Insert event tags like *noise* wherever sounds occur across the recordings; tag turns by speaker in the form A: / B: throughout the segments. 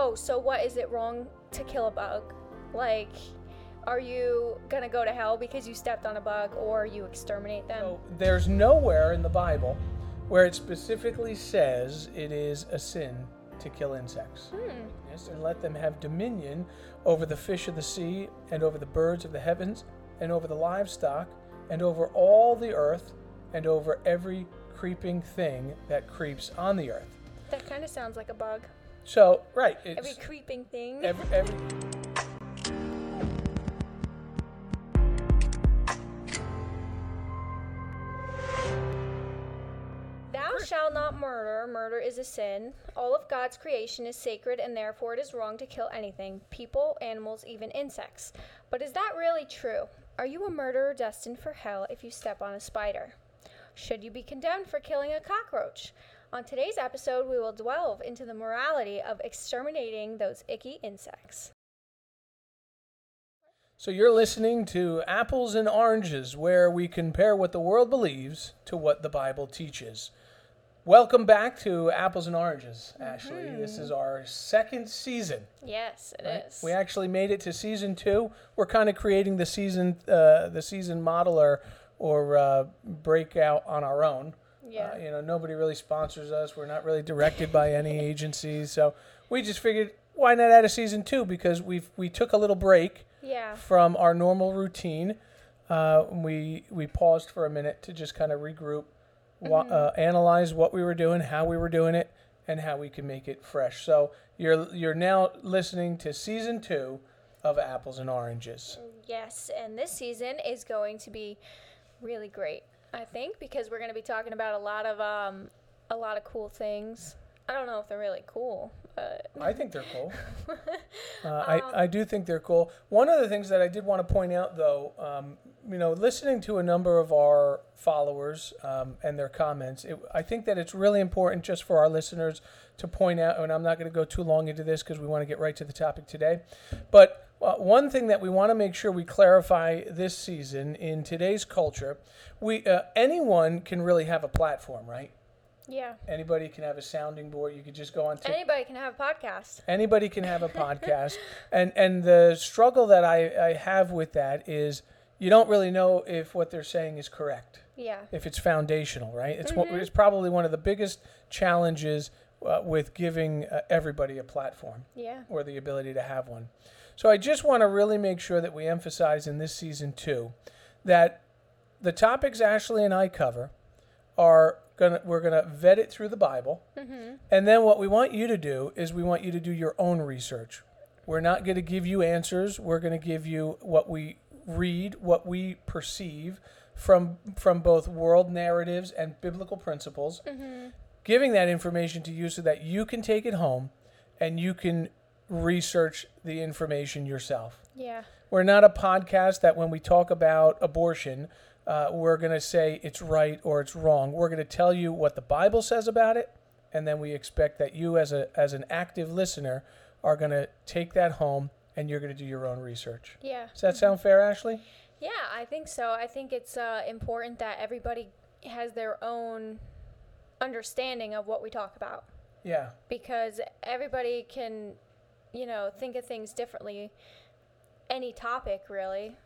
A: Oh, so what is it wrong to kill a bug? Like, are you gonna go to hell because you stepped on a bug or you exterminate them?
B: So there's nowhere in the Bible where it specifically says it is a sin to kill insects. Yes, and let them have dominion over the fish of the sea and over the birds of the heavens and over the livestock and over all the earth and over every creeping thing that creeps on the earth.
A: That kind of sounds like a bug.
B: So, right,
A: Every
B: it's
A: creeping thing.
B: every, every
A: Thou shalt not murder. Murder is a sin. All of God's creation is sacred, and therefore it is wrong to kill anything people, animals, even insects. But is that really true? Are you a murderer destined for hell if you step on a spider? Should you be condemned for killing a cockroach? On today's episode, we will delve into the morality of exterminating those icky insects.
B: So you're listening to Apples and Oranges, where we compare what the world believes to what the Bible teaches. Welcome back to Apples and Oranges, Ashley.
A: Mm-hmm.
B: This is our second season.
A: Yes, it is.
B: We uh, actually made it to season two. We're kind of creating the season, uh, the season model or, or uh, breakout on our own.
A: Yeah.
B: Uh, you know, nobody really sponsors us. We're not really directed by any agencies, so we just figured why not add a season two because we have we took a little break
A: yeah.
B: from our normal routine. Uh, we we paused for a minute to just kind of regroup, wa- uh, analyze what we were doing, how we were doing it, and how we can make it fresh. So you're you're now listening to season two of Apples and Oranges.
A: Yes, and this season is going to be really great, I think, because we're going to be talking about a lot of um, a lot of cool things. I don't know if they're really cool, but
B: I think they're cool. Uh, I, I do think they're cool. One of the things that I did want to point out, though, um, you know, listening to a number of our followers um, and their comments, it, I think that it's really important just for our listeners to point out, and I'm not going to go too long into this because we want to get right to the topic today. But uh, one thing that we want to make sure we clarify this season in today's culture, we uh, anyone can really have a platform, right?
A: yeah,
B: Anybody can have a sounding board. You could just go on TikTok
A: anybody can have a podcast.
B: anybody can have a podcast and and the struggle that I, I have with that is you don't really know if what they're saying is correct
A: Yeah,
B: if it's foundational right it's one- it's probably one of the biggest challenges uh, with giving uh, everybody a platform
A: yeah,
B: or the ability to have one. So I just want to really make sure that we emphasize in this season two that the topics Ashley and I cover are gonna we're gonna vet it through the Bible,
A: Mm-hmm,
B: and then what we want you to do is we want you to do your own research. We're not going to give you answers. We're going to give you what we read, what we perceive from from both world narratives and biblical principles
A: mm-hmm.
B: giving that information to you so that you can take it home and you can research the information yourself.
A: yeah,
B: We're not a podcast that when we talk about abortion, uh, we're going to say it's right or it's wrong. We're going to tell you what the Bible says about it, and then we expect that you, as a as an active listener, are going to take that home and you're going to do your own research.
A: yeah.
B: Does that sound fair, Ashley?
A: Yeah, I think so. I think it's uh, important that everybody has their own understanding of what we talk about.
B: Yeah.
A: because everybody can, you know, think of things differently, any topic really.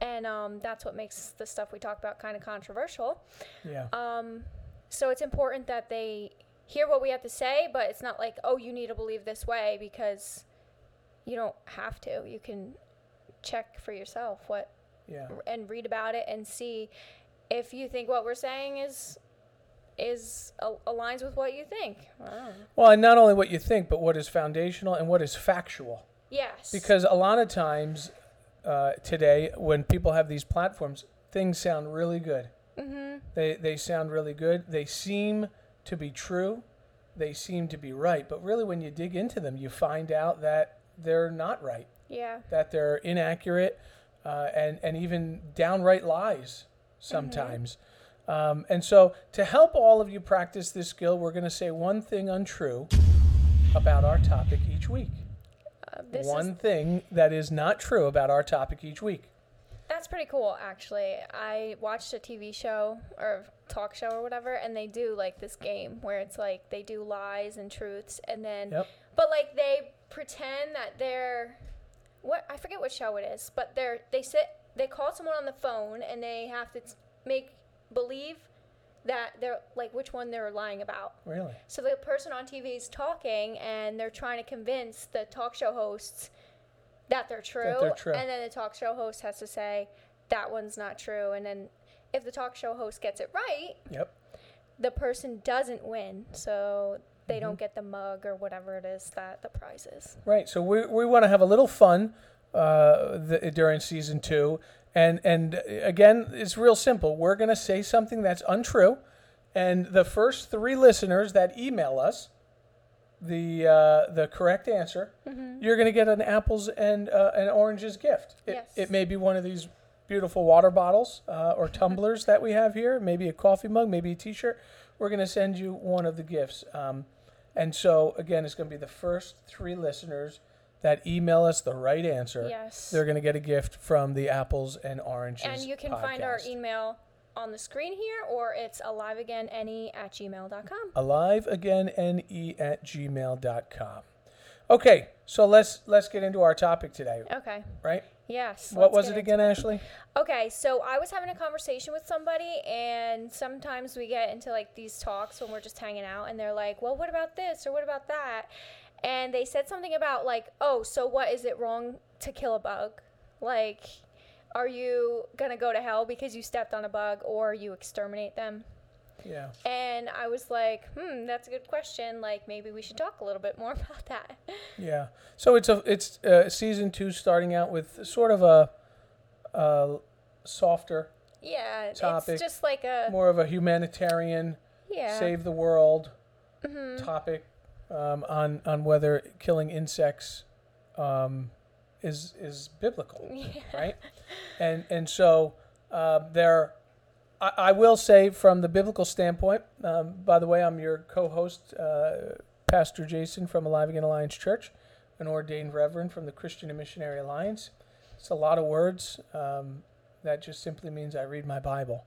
A: And um, that's what makes the stuff we talk about kind of controversial.
B: Yeah.
A: Um, so it's important that they hear what we have to say, but it's not like, oh, you need to believe this way because you don't have to. You can check for yourself what
B: yeah.
A: and read about it and see if you think what we're saying is is al- aligns with what you think. I don't know.
B: Well, and not only what you think, but what is foundational and what is factual.
A: Yes.
B: Because a lot of times uh, today, when people have these platforms, things sound really good. Mm-hmm. They, they sound really good. They seem to be true. They seem to be right. But really, when you dig into them, you find out that they're not right,
A: Yeah.
B: that they're inaccurate, uh, and, and even downright lies
A: Mm-hmm.
B: sometimes. Um, and so, to help all of you practice this skill, we're going to say one thing untrue about our topic each week
A: Uh, this
B: one
A: is
B: thing that is not true about our topic each week.
A: that's pretty cool actually. I watched a TV show or talk show or whatever and they do like this game where it's like they do lies and truths and then
B: Yep.
A: but like they pretend that they're what I forget what show it is, but they're they sit they call someone on the phone and they have to t- make believe that they're like which one they're lying about.
B: Really?
A: So the person on TV is talking and they're trying to convince the talk show hosts that they're true,
B: they're true.
A: and then the talk show host has to say that one's not true, and then if the talk show host gets it right,
B: Yep.
A: the person doesn't win, so they
B: Mm-hmm.
A: don't get the mug or whatever it is that the prize is.
B: Right. So we, we want to have a little fun uh, the, during season two, and and again, it's real simple. We're going to say something that's untrue, and the first three listeners that email us the uh, the correct answer, you're going to get an apples and uh, an oranges gift. It,
A: Yes.
B: it may be one of these beautiful water bottles uh, or tumblers that we have here, maybe a coffee mug, maybe a T-shirt. We're going to send you one of the gifts. Um, and so again, it's going to be the first three listeners that email us the right answer.
A: Yes.
B: They're going to get a gift from the apples and oranges.
A: And you can find our e-,
B: podcast.
A: email on the screen here, or it's aliveagainne at gmail.com.
B: alive again ne at gmail.com okay so let's let's get into our topic today
A: Okay.
B: right
A: Yes.
B: what
A: let's
B: was
A: get
B: it
A: into-
B: again ashley
A: Okay, so I was having a conversation with somebody, and sometimes we get into like these talks when we're just hanging out, and they're like, "Well, what about this or what about that?" And they said something about like, "Oh, so what is it wrong to kill a bug? Like, are you gonna go to hell because you stepped on a bug or you exterminate them?"
B: yeah
A: And I was like, "Hmm, that's a good question. Like, maybe we should talk a little bit more *laughs* about that."
B: yeah so it's a it's uh, season two starting out with sort of a, a softer
A: yeah,
B: Topic.
A: it's just like a
B: more of a humanitarian
A: yeah. Mm-hmm.
B: save the world topic um, on on whether killing insects um, is is biblical,
A: *laughs*
B: right? And and so uh, there, I, I will say from the biblical standpoint. Um, by the way, I'm your co-host, uh, Pastor Jason from Alive Again Alliance Church, an ordained reverend from the Christian and Missionary Alliance. It's a lot of words. Um, that just simply means I read my Bible.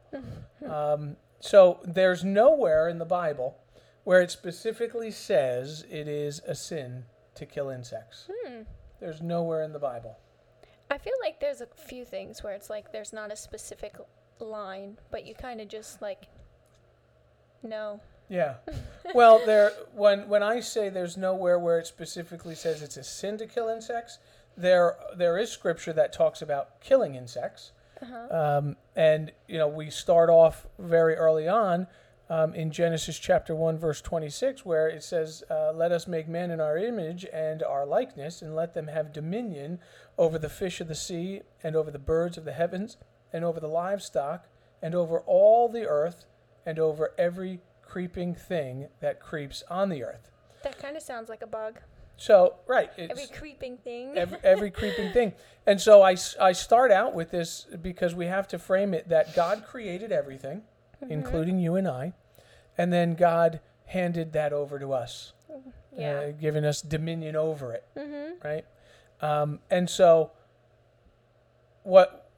B: Um, so there's nowhere in the Bible where it specifically says it is a sin to kill insects.
A: Hmm.
B: There's nowhere in the Bible.
A: I feel like there's a few things where it's like there's not a specific line, but you kind of just like no.
B: Yeah. well, there when when I say there's nowhere where it specifically says it's a sin to kill insects, there there is scripture that talks about killing insects.
A: Uh-huh.
B: Um, and you know we start off very early on um, in Genesis chapter one verse twenty six, where it says, uh, "Let us make man in our image and our likeness, and let them have dominion over the fish of the sea, and over the birds of the heavens, and over the livestock, and over all the earth, and over every creeping thing that creeps on the earth."
A: That kind of sounds like a bug.
B: So right, it's,
A: Every creeping thing. *laughs*
B: every, every creeping thing. And so I, s- I start out with this because we have to frame it that God created everything,
A: Mm-hmm.
B: including you and I, and then God handed that over to us,
A: yeah. Mm-hmm.
B: uh, giving us dominion over it, right? Um, and so what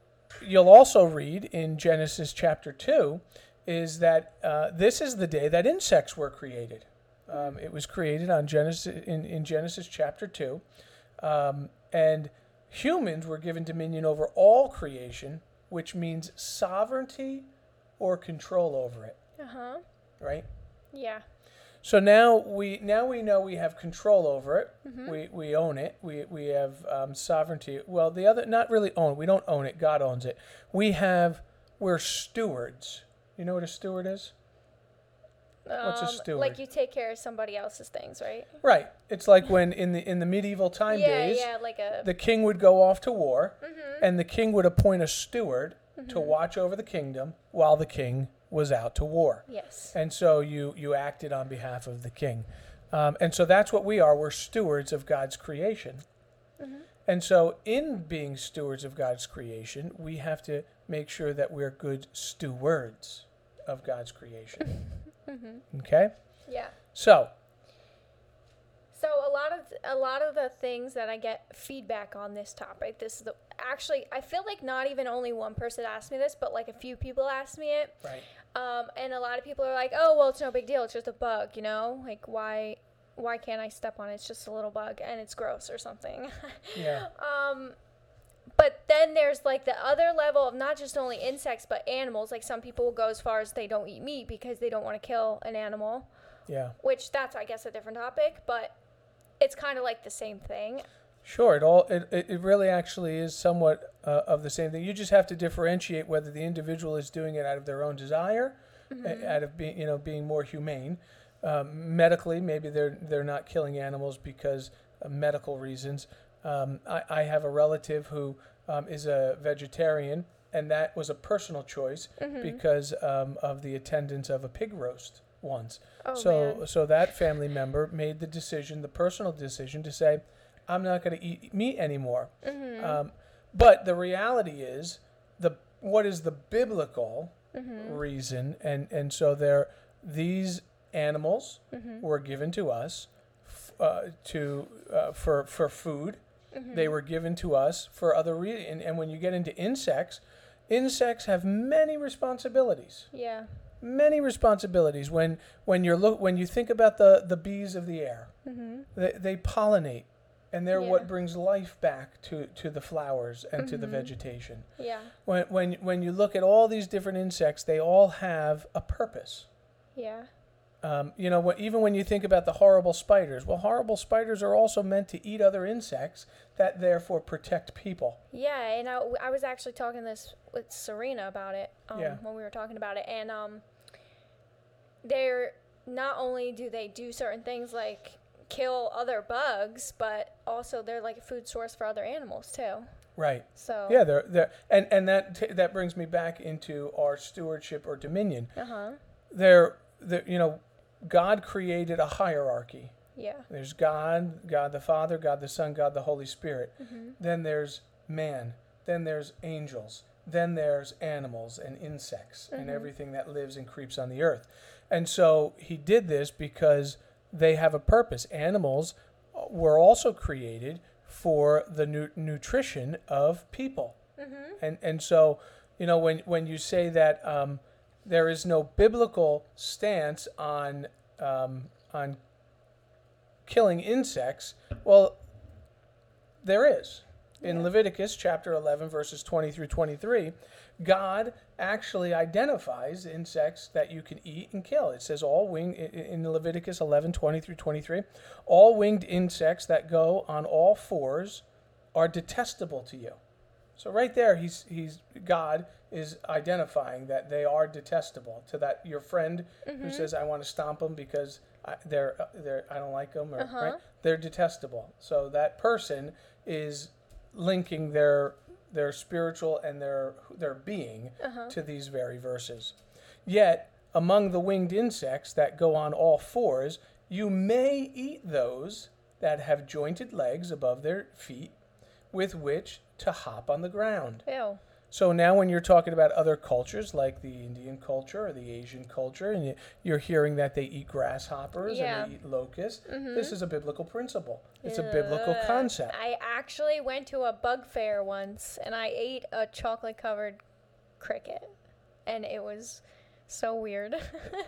B: you'll also read in Genesis chapter 2 is that uh, this is the day that insects were created. Um, it was created on Genesis in, in Genesis chapter 2 um, and humans were given dominion over all creation, which means sovereignty or control over it.
A: Uh huh.
B: Right.
A: Yeah.
B: So now we now we know we have control over it.
A: Mm-hmm.
B: We, we own it. We we have um, sovereignty. Well, the other not really own. We don't own it. God owns it. We have we're stewards. You know what a steward is? What's a steward?
A: Um, Like you take care of somebody else's things, right?
B: Right.
A: *laughs*
B: It's like when in the in the medieval time
A: yeah,
B: days,
A: yeah, Mm-hmm. like a
B: the king would go off to war, and the king would appoint a steward
A: Mm-hmm.
B: to watch over the kingdom while the king was out to war.
A: yes.
B: And so you you acted on behalf of the king, um, and so that's what we are. We're stewards of God's creation, and so in being stewards of God's creation, we have to make sure that we're good stewards of God's creation. Okay,
A: Yeah.
B: so
A: So a lot of a lot of the things that I get feedback on this topic, this is the actually I feel like not even only one person asked me this, but like a few people asked me it.
B: right,
A: Um, and a lot of people are like, "Oh, well, it's no big deal. It's just a bug, you know? Like, why, why can't I step on it? It's just a little bug and it's gross or something. *laughs* Um,
B: Yeah.
A: but then there's like the other level of not just only insects but animals. Like some people will go as far as they don't eat meat because they don't want to kill an animal,
B: yeah.
A: which that's I guess a different topic, but it's kind of like the same thing.
B: Sure, it all it, it it really actually is somewhat uh, of the same thing. You just have to differentiate whether the individual is doing it out of their own desire, a- out of being you know being more humane. Um, medically, maybe they're they're not killing animals because of medical reasons. Um, I, I have a relative who um, is a vegetarian, and that was a personal choice
A: Mm-hmm.
B: because um, of the attendance of a pig roast once.
A: Oh,
B: so
A: man.
B: so that family member made the decision, the personal decision, to say, "I'm not going to eat meat anymore."
A: Mm-hmm.
B: Um, but the reality is, the what is the biblical
A: Mm-hmm.
B: reason, and and so there, these animals
A: Mm-hmm.
B: were given to us f- uh, to uh, for for food.
A: Mm-hmm.
B: They were given to us for other reasons. And, and when you get into insects, insects have many responsibilities
A: Yeah.
B: many responsibilities when when you're look when you think about the the bees of the air
A: Mm-hmm.
B: they, they pollinate and they're
A: Yeah.
B: what brings life back to to the flowers and to the vegetation
A: Yeah.
B: when when when you look at all these different insects they all have a purpose
A: Yeah.
B: um, you know, wh- even when you think about the horrible spiders, well, horrible spiders are also meant to eat other insects that therefore protect people.
A: Yeah, and I, I was actually talking this with Serena about it um,
B: Yeah.
A: when we were talking about it, and um, they're not only do they do certain things like kill other bugs, but also they're like a food source for other animals too.
B: Right.
A: So
B: Yeah, they're, they're, and, and that, t- that brings me back into our stewardship or dominion.
A: uh huh,
B: there, there you know god created a hierarchy
A: yeah,
B: there's god god the father god the son god the holy spirit then there's man then there's angels then there's animals and insects and everything that lives and creeps on the earth and so he did this because they have a purpose animals uh, were also created for the nu- nutrition of people and and so you know when when you say that um, there is no biblical stance on um, on killing insects, well, there is. In Leviticus chapter 11, verses 20 through 23, God actually identifies insects that you can eat and kill. It says, all winged, i- i- in Leviticus 11, 20 through 23, all winged insects that go on all fours are detestable to you. So right there, he's he's God is identifying that they are detestable to that your friend who says I want to stomp them because I, they're uh, they're I don't like them or right? they're detestable. So that person is linking their their spiritual and their their being to these very verses. Yet among the winged insects that go on all fours, you may eat those that have jointed legs above their feet with which to hop on the ground.
A: ew,
B: So now, when you're talking about other cultures like the Indian culture or the Asian culture, and you- you're hearing that they eat grasshoppers
A: Yeah. Mm-hmm.
B: and they eat locusts, this is a biblical principle. It's a biblical
A: Ugh.
B: concept.
A: I actually went to a bug fair once, and I ate a chocolate covered cricket, and it was so weird. *laughs*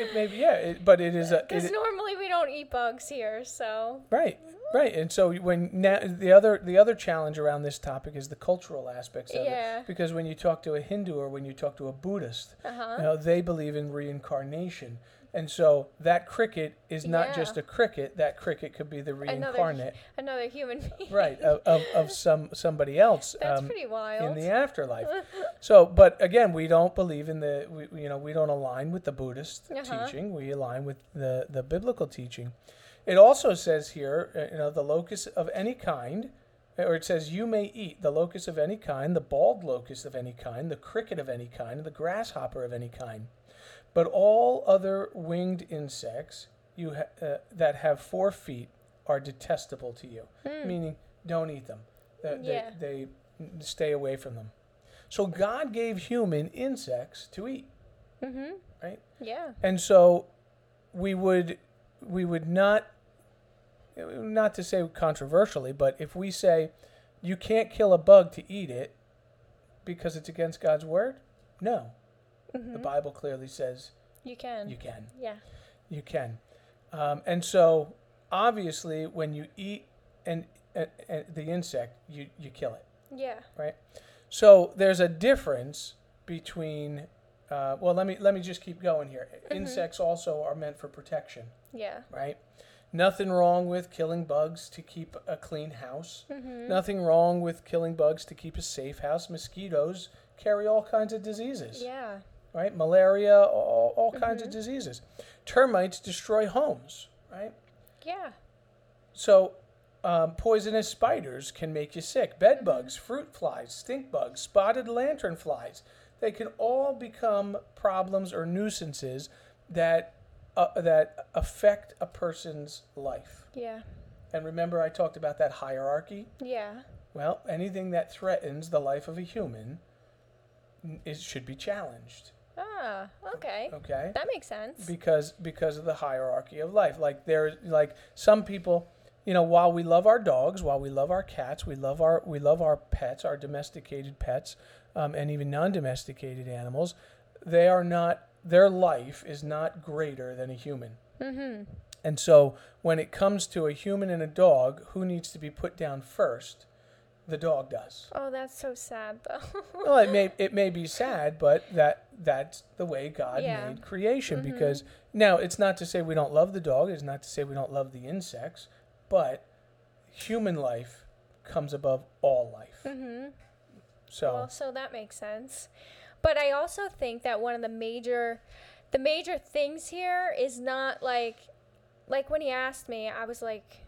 B: It may be, yeah, it, but it is a Uh, it-
A: Because normally we don't eat bugs here, so
B: right, right. And so when now the other the other challenge around this topic is the cultural aspects of
A: Yeah.
B: it, because when you talk to a Hindu or when you talk to a Buddhist,
A: uh-huh,
B: you know, they believe in reincarnation. And so that cricket is not
A: Yeah.
B: just a cricket. That cricket could be the
A: another *laughs*
B: reincarnate,
A: another human being.
B: Uh, right, of, of, of some somebody else
A: *laughs* That's
B: um,
A: pretty
B: in
A: wild.
B: the afterlife.
A: *laughs*
B: so, but again, we don't believe in the we, we- you know we don't align with the Buddhist
A: Uh-huh.
B: teaching. We align with the the biblical teaching. It also says here, uh, you know, the locust of any kind, or it says you may eat the locust of any kind, the bald locust of any kind, the cricket of any kind, and the grasshopper of any kind. But all other winged insects you ha- uh, that have four feet are detestable to you, meaning don't eat them. Uh, they-
A: Hmm. Yeah.
B: they stay away from them. So God gave human insects to eat, right?
A: mm-hmm. yeah,
B: And so we would we would not not to say controversially, but if we say you can't kill a bug to eat it because it's against God's word,
A: Hmm.
B: no. The Bible clearly says
A: mm-hmm. you can.
B: you can.
A: yeah,
B: You can. Um, and so, obviously, when you eat and, and, and the insect, you, you kill it,
A: Yeah.
B: right? So there's a difference between. Uh, well, let me let me just keep going here. Insects also are meant for protection,
A: Yeah.
B: right? Nothing wrong with killing bugs to keep a clean house.
A: Mm-hmm.
B: Nothing wrong with killing bugs to keep a safe house. Mosquitoes carry all kinds of diseases
A: Yeah.
B: right? Malaria, all, all kinds of diseases. Termites destroy homes, right?
A: Yeah.
B: So, um, poisonous spiders can make you sick. Bed bugs, fruit flies, stink bugs, spotted lantern flies. They can all become problems or nuisances that uh, that affect a person's life.
A: Yeah.
B: And remember, I talked about that hierarchy.
A: Yeah.
B: Well, anything that threatens the life of a human, n- it should be challenged.
A: Ah, okay.
B: Okay.
A: That makes sense.
B: because because of the hierarchy of life like there like some people you know while we love our dogs while we love our cats we love our we love our pets our domesticated pets um, and even non-domesticated animals they are not their life is not greater than a human mm-hmm. and so when it comes to a human and a dog who needs to be put down first the dog does
A: Oh, that's so sad, though. *laughs*
B: well, it may it may be sad, but that that's the way God
A: Yeah. Mm-hmm.
B: made creation. Because now it's not to say we don't love the dog. It's not to say we don't love the insects, but human life comes above all life. Mm-hmm. So
A: Well, so that makes sense. But I also think that one of the major the major things here is not like like when he asked me, I was like,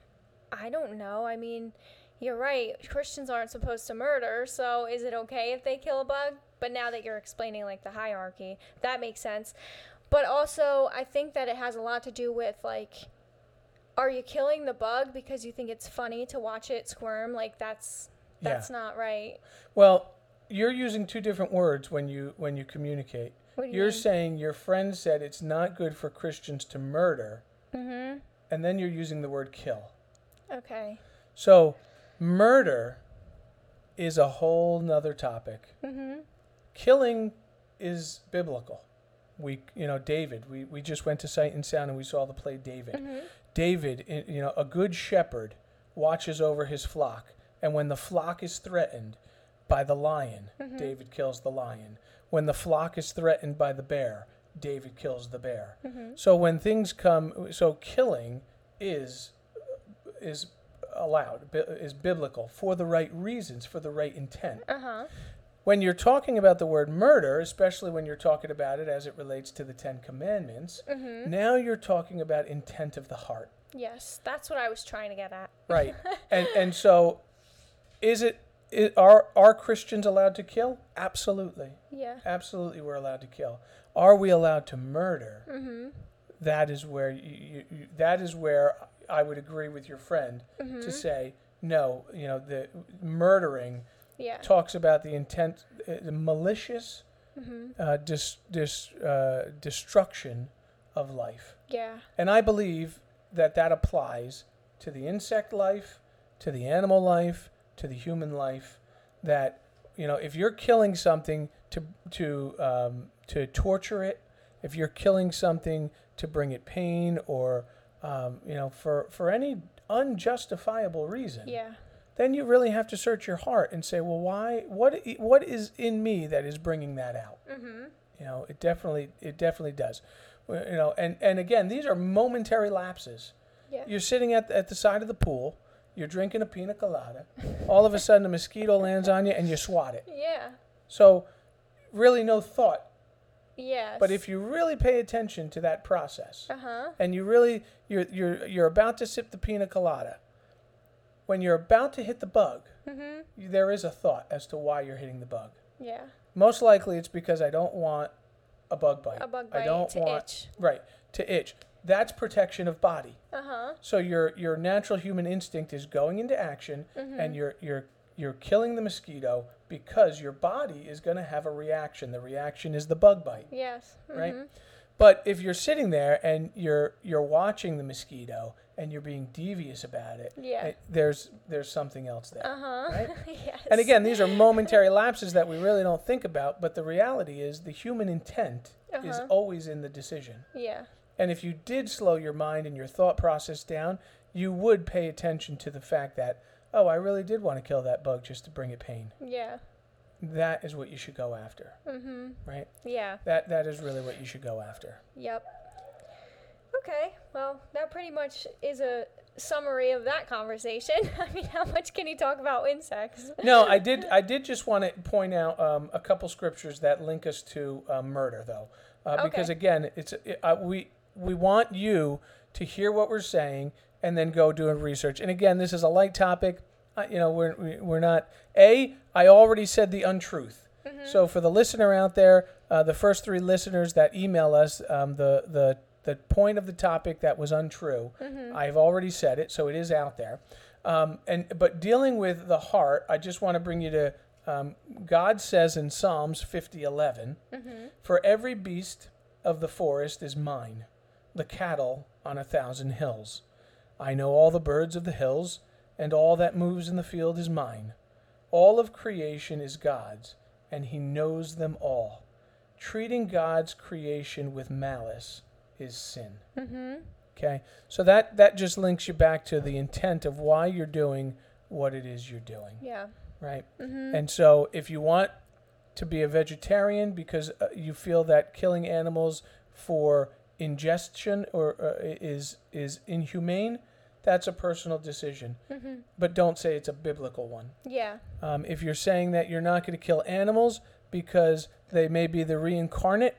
A: I don't know. I mean, you're right. Christians aren't supposed to murder, so is it okay if they kill a bug? But now that you're explaining like the hierarchy, that makes sense. But also, I think that it has a lot to do with like are you killing the bug because you think it's funny to watch it squirm? Like that's
B: Yeah.
A: that's not right.
B: Well, you're using two different words when you when you communicate.
A: What do you
B: are
A: mean?
B: saying your friend said it's not good for Christians to murder, mm-hmm. and then you're using the word kill.
A: Okay.
B: So, murder is a whole nother topic.
A: Mm-hmm.
B: Killing is biblical. We, you know, David. We, we just went to Sight and Sound and we saw the play David.
A: Mm-hmm.
B: David, i- you know, a good shepherd watches over his flock, and when the flock is threatened by the lion, David kills the lion. When the flock is threatened by the bear, David kills the bear.
A: Mm-hmm.
B: So when things come, so killing is is allowed, bi- is biblical for the right reasons, for the right intent.
A: Uh-huh.
B: When you're talking about the word murder, especially when you're talking about it as it relates to the Ten Commandments,
A: Mm-hmm.
B: now you're talking about intent of the heart.
A: Yes, that's what I was trying to get at.
B: Right. and and so is it i are are Christians allowed to kill? Absolutely.
A: Yeah.
B: Absolutely we're allowed to kill. Are we allowed to murder? Mm-hmm. is where you, you, you, that is where I would agree with your friend
A: Mm-hmm.
B: to say no, you know, the murdering
A: Yeah.
B: talks about the intent, uh, the malicious
A: Mm-hmm.
B: uh, dis, dis, uh, destruction of life.
A: Yeah.
B: And I believe that that applies to the insect life, to the animal life, to the human life. That you know, if you're killing something to to um, to torture it, if you're killing something to bring it pain or um, you know for for any unjustifiable reason,
A: Yeah.
B: then you really have to search your heart and say, well, why? What i- what is in me that is bringing that out?
A: Mm-hmm.
B: You know, it definitely it definitely does. Well, You know, and and again, these are momentary lapses.
A: Yeah.
B: You're sitting at at the side of the pool. You're drinking a pina colada. All of a sudden, a mosquito lands on you, and you swat it.
A: Yeah.
B: So, really, no thought.
A: Yes.
B: But if you really pay attention to that process,
A: Uh-huh.
B: and you really you're you're you're about to sip the pina colada. When you're about to hit the bug, you- there is a thought as to why you're hitting the bug.
A: Mm-hmm. Yeah.
B: Most likely, it's because I don't want a bug bite.
A: A bug
B: I
A: bite
B: don't
A: to
B: want
A: itch.
B: right to itch. That's protection of body.
A: Uh-huh.
B: So your your natural human instinct is going into action,
A: Hmm. Mm-hmm.
B: and you're you're you're killing the mosquito because your body is going to have a reaction. The reaction is the bug bite
A: Yes. Mm-hmm.
B: right? But if you're sitting there and you're you're watching the mosquito and you're being devious about it,
A: Yeah.
B: it- there's there's something else there.
A: Uh-huh.
B: Right?
A: *laughs* yes.
B: And again, these are momentary lapses that we really don't think about, but the reality is the human intent is
A: Uh-huh.
B: always in the decision.
A: Yeah.
B: And if you did slow your mind and your thought process down, you would pay attention to the fact that, oh, I really did want to kill that bug just to bring it pain.
A: Yeah.
B: That is what you should go after,
A: Mm-hmm.
B: right?
A: Yeah.
B: That that is really what you should go after.
A: Yep. Okay. Well, that pretty much is a summary of that conversation. *laughs* I mean, how much can you talk about insects?
B: No, I did I did just want to point out um, a couple scriptures that link us to uh, murder, though, uh, because
A: Okay.
B: again, it's it, uh, we we want you to hear what we're saying and then go do research. And again, this is a light topic. Uh, you know, we're we- we're not a. I already said the untruth. So for the listener out there, uh, the first three listeners that email us, um, the the the point of the topic that was untrue,
A: Mm-hmm.
B: I've already said it, so it is out there. Um, and but dealing with the heart, I just want to bring you to um, God says in Psalms fifty eleven,
A: Mm-hmm.
B: for every beast of the forest is mine, the cattle on a thousand hills. I know all the birds of the hills, and all that moves in the field is mine. All of creation is God's, and he knows them all. Treating God's creation with malice is sin.
A: Mm-hmm.
B: Okay? So that, that just links you back to the intent of why you're doing what it is you're doing,
A: Yeah.
B: right?
A: Mm-hmm.
B: And so, if you want to be a vegetarian because uh, you feel that killing animals for ingestion or uh, is is inhumane, that's a personal decision.
A: Mm-hmm.
B: But don't say it's a biblical one.
A: Yeah.
B: Um, if you're saying that you're not going to kill animals because they may be the reincarnate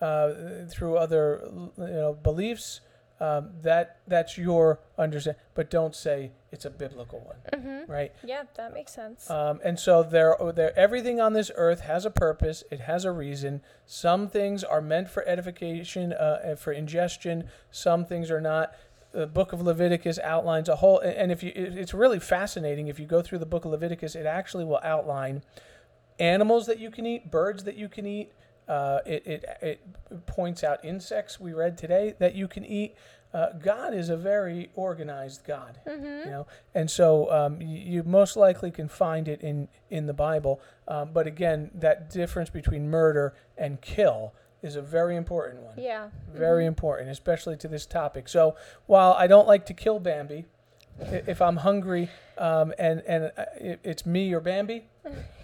B: uh, through other you know beliefs, um, that that's your understanding. But don't say it's a biblical one,
A: Mm-hmm.
B: right?
A: Yeah, that makes sense.
B: Um, and so there, there, everything on this earth has a purpose. It has a reason. Some things are meant for edification, uh, and for ingestion. Some things are not. The Book of Leviticus outlines a whole, and if you, it- it's really fascinating. If you go through the Book of Leviticus, it actually will outline animals that you can eat, birds that you can eat. Uh, it, it it points out insects we read today that you can eat. Uh, God is a very organized God
A: mm-hmm.
B: you know and so um, you, you most likely can find it in in the bible um, but again that difference between murder and kill is a very important one
A: Yeah. Mm-hmm.
B: very important especially to this topic so while i don't like to kill bambi i- if i'm hungry um, and and uh, it, it's me
A: *laughs*
B: or bambi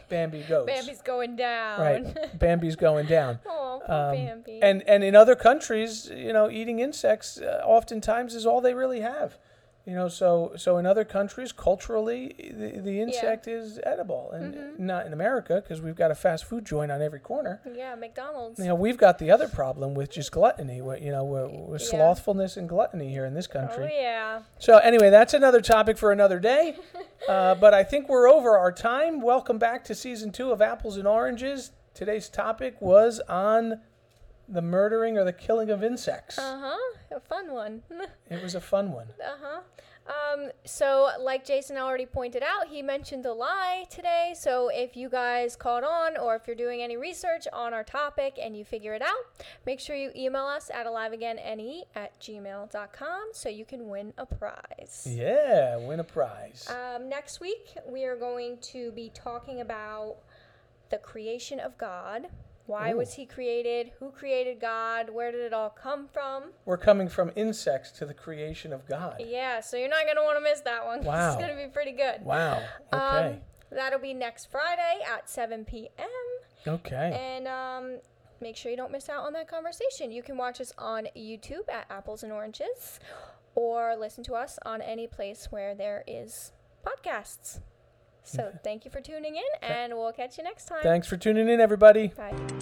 B: bambi goes
A: Bambi's going down. *laughs*
B: right bambi's going down
A: oh, poor
B: Um,
A: Bambi.
B: and and in other countries, you know, eating insects uh, oftentimes is all they really have. You know, so so in other countries, culturally, the, the insect is edible, and
A: Mhm.
B: not in America because we've got a fast food joint on every corner.
A: yeah, McDonald's.
B: You know, we've got the other problem with just gluttony. where, You know, with with
A: Yeah.
B: slothfulness and gluttony here in this
A: Oh
B: country.
A: yeah.
B: So anyway, that's another topic for another
A: *laughs*
B: day. Uh, but I think we're over our time. Welcome back to season two of Apples and Oranges. Today's topic was on the murdering or the killing of insects.
A: Uh huh. A fun one.
B: It was a fun one.
A: Uh-huh. Um, so like Jason already pointed out, he mentioned a lie today. So if you guys caught on or if you're doing any research on our topic and you figure it out, make sure you email us at aliveagainne at gmail.com so you can win a prize.
B: Yeah, win a prize.
A: Um, next week, we are going to be talking about the creation of God. Why
B: Ooh.
A: was he created? Who created God? Where did it all come from?
B: We're coming from insects to the creation of God.
A: Yeah, so you're not going to want to miss that one. 'cause
B: Wow.
A: It's going to be pretty good.
B: Wow.
A: Um,
B: Okay.
A: that'll be next Friday at 7 p.m.
B: okay.
A: And um, make sure you don't miss out on that conversation. You can watch us on YouTube at Apples and Oranges or listen to us on any place where there is podcasts. So thank you for tuning in, and we'll catch you next time.
B: Thanks for tuning in, everybody.
A: Bye.